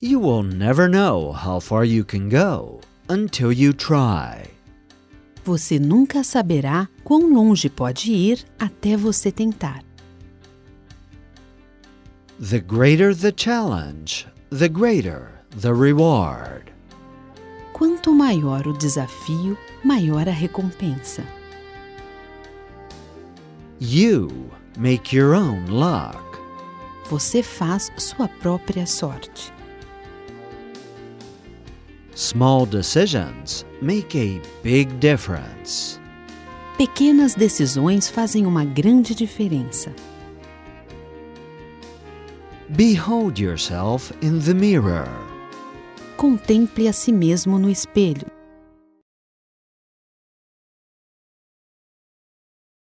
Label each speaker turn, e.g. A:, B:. A: You will never know how far you can go until you try.
B: Você nunca saberá quão longe pode ir até você tentar.
A: The greater the challenge, the greater the reward.
B: Quanto maior o desafio, maior a recompensa.
A: You make your own luck.
B: Você faz sua própria sorte.
A: Small decisions make a big difference.
B: Pequenas decisões fazem uma grande diferença.
A: Behold yourself in the mirror.
B: Contemple a si mesmo no espelho.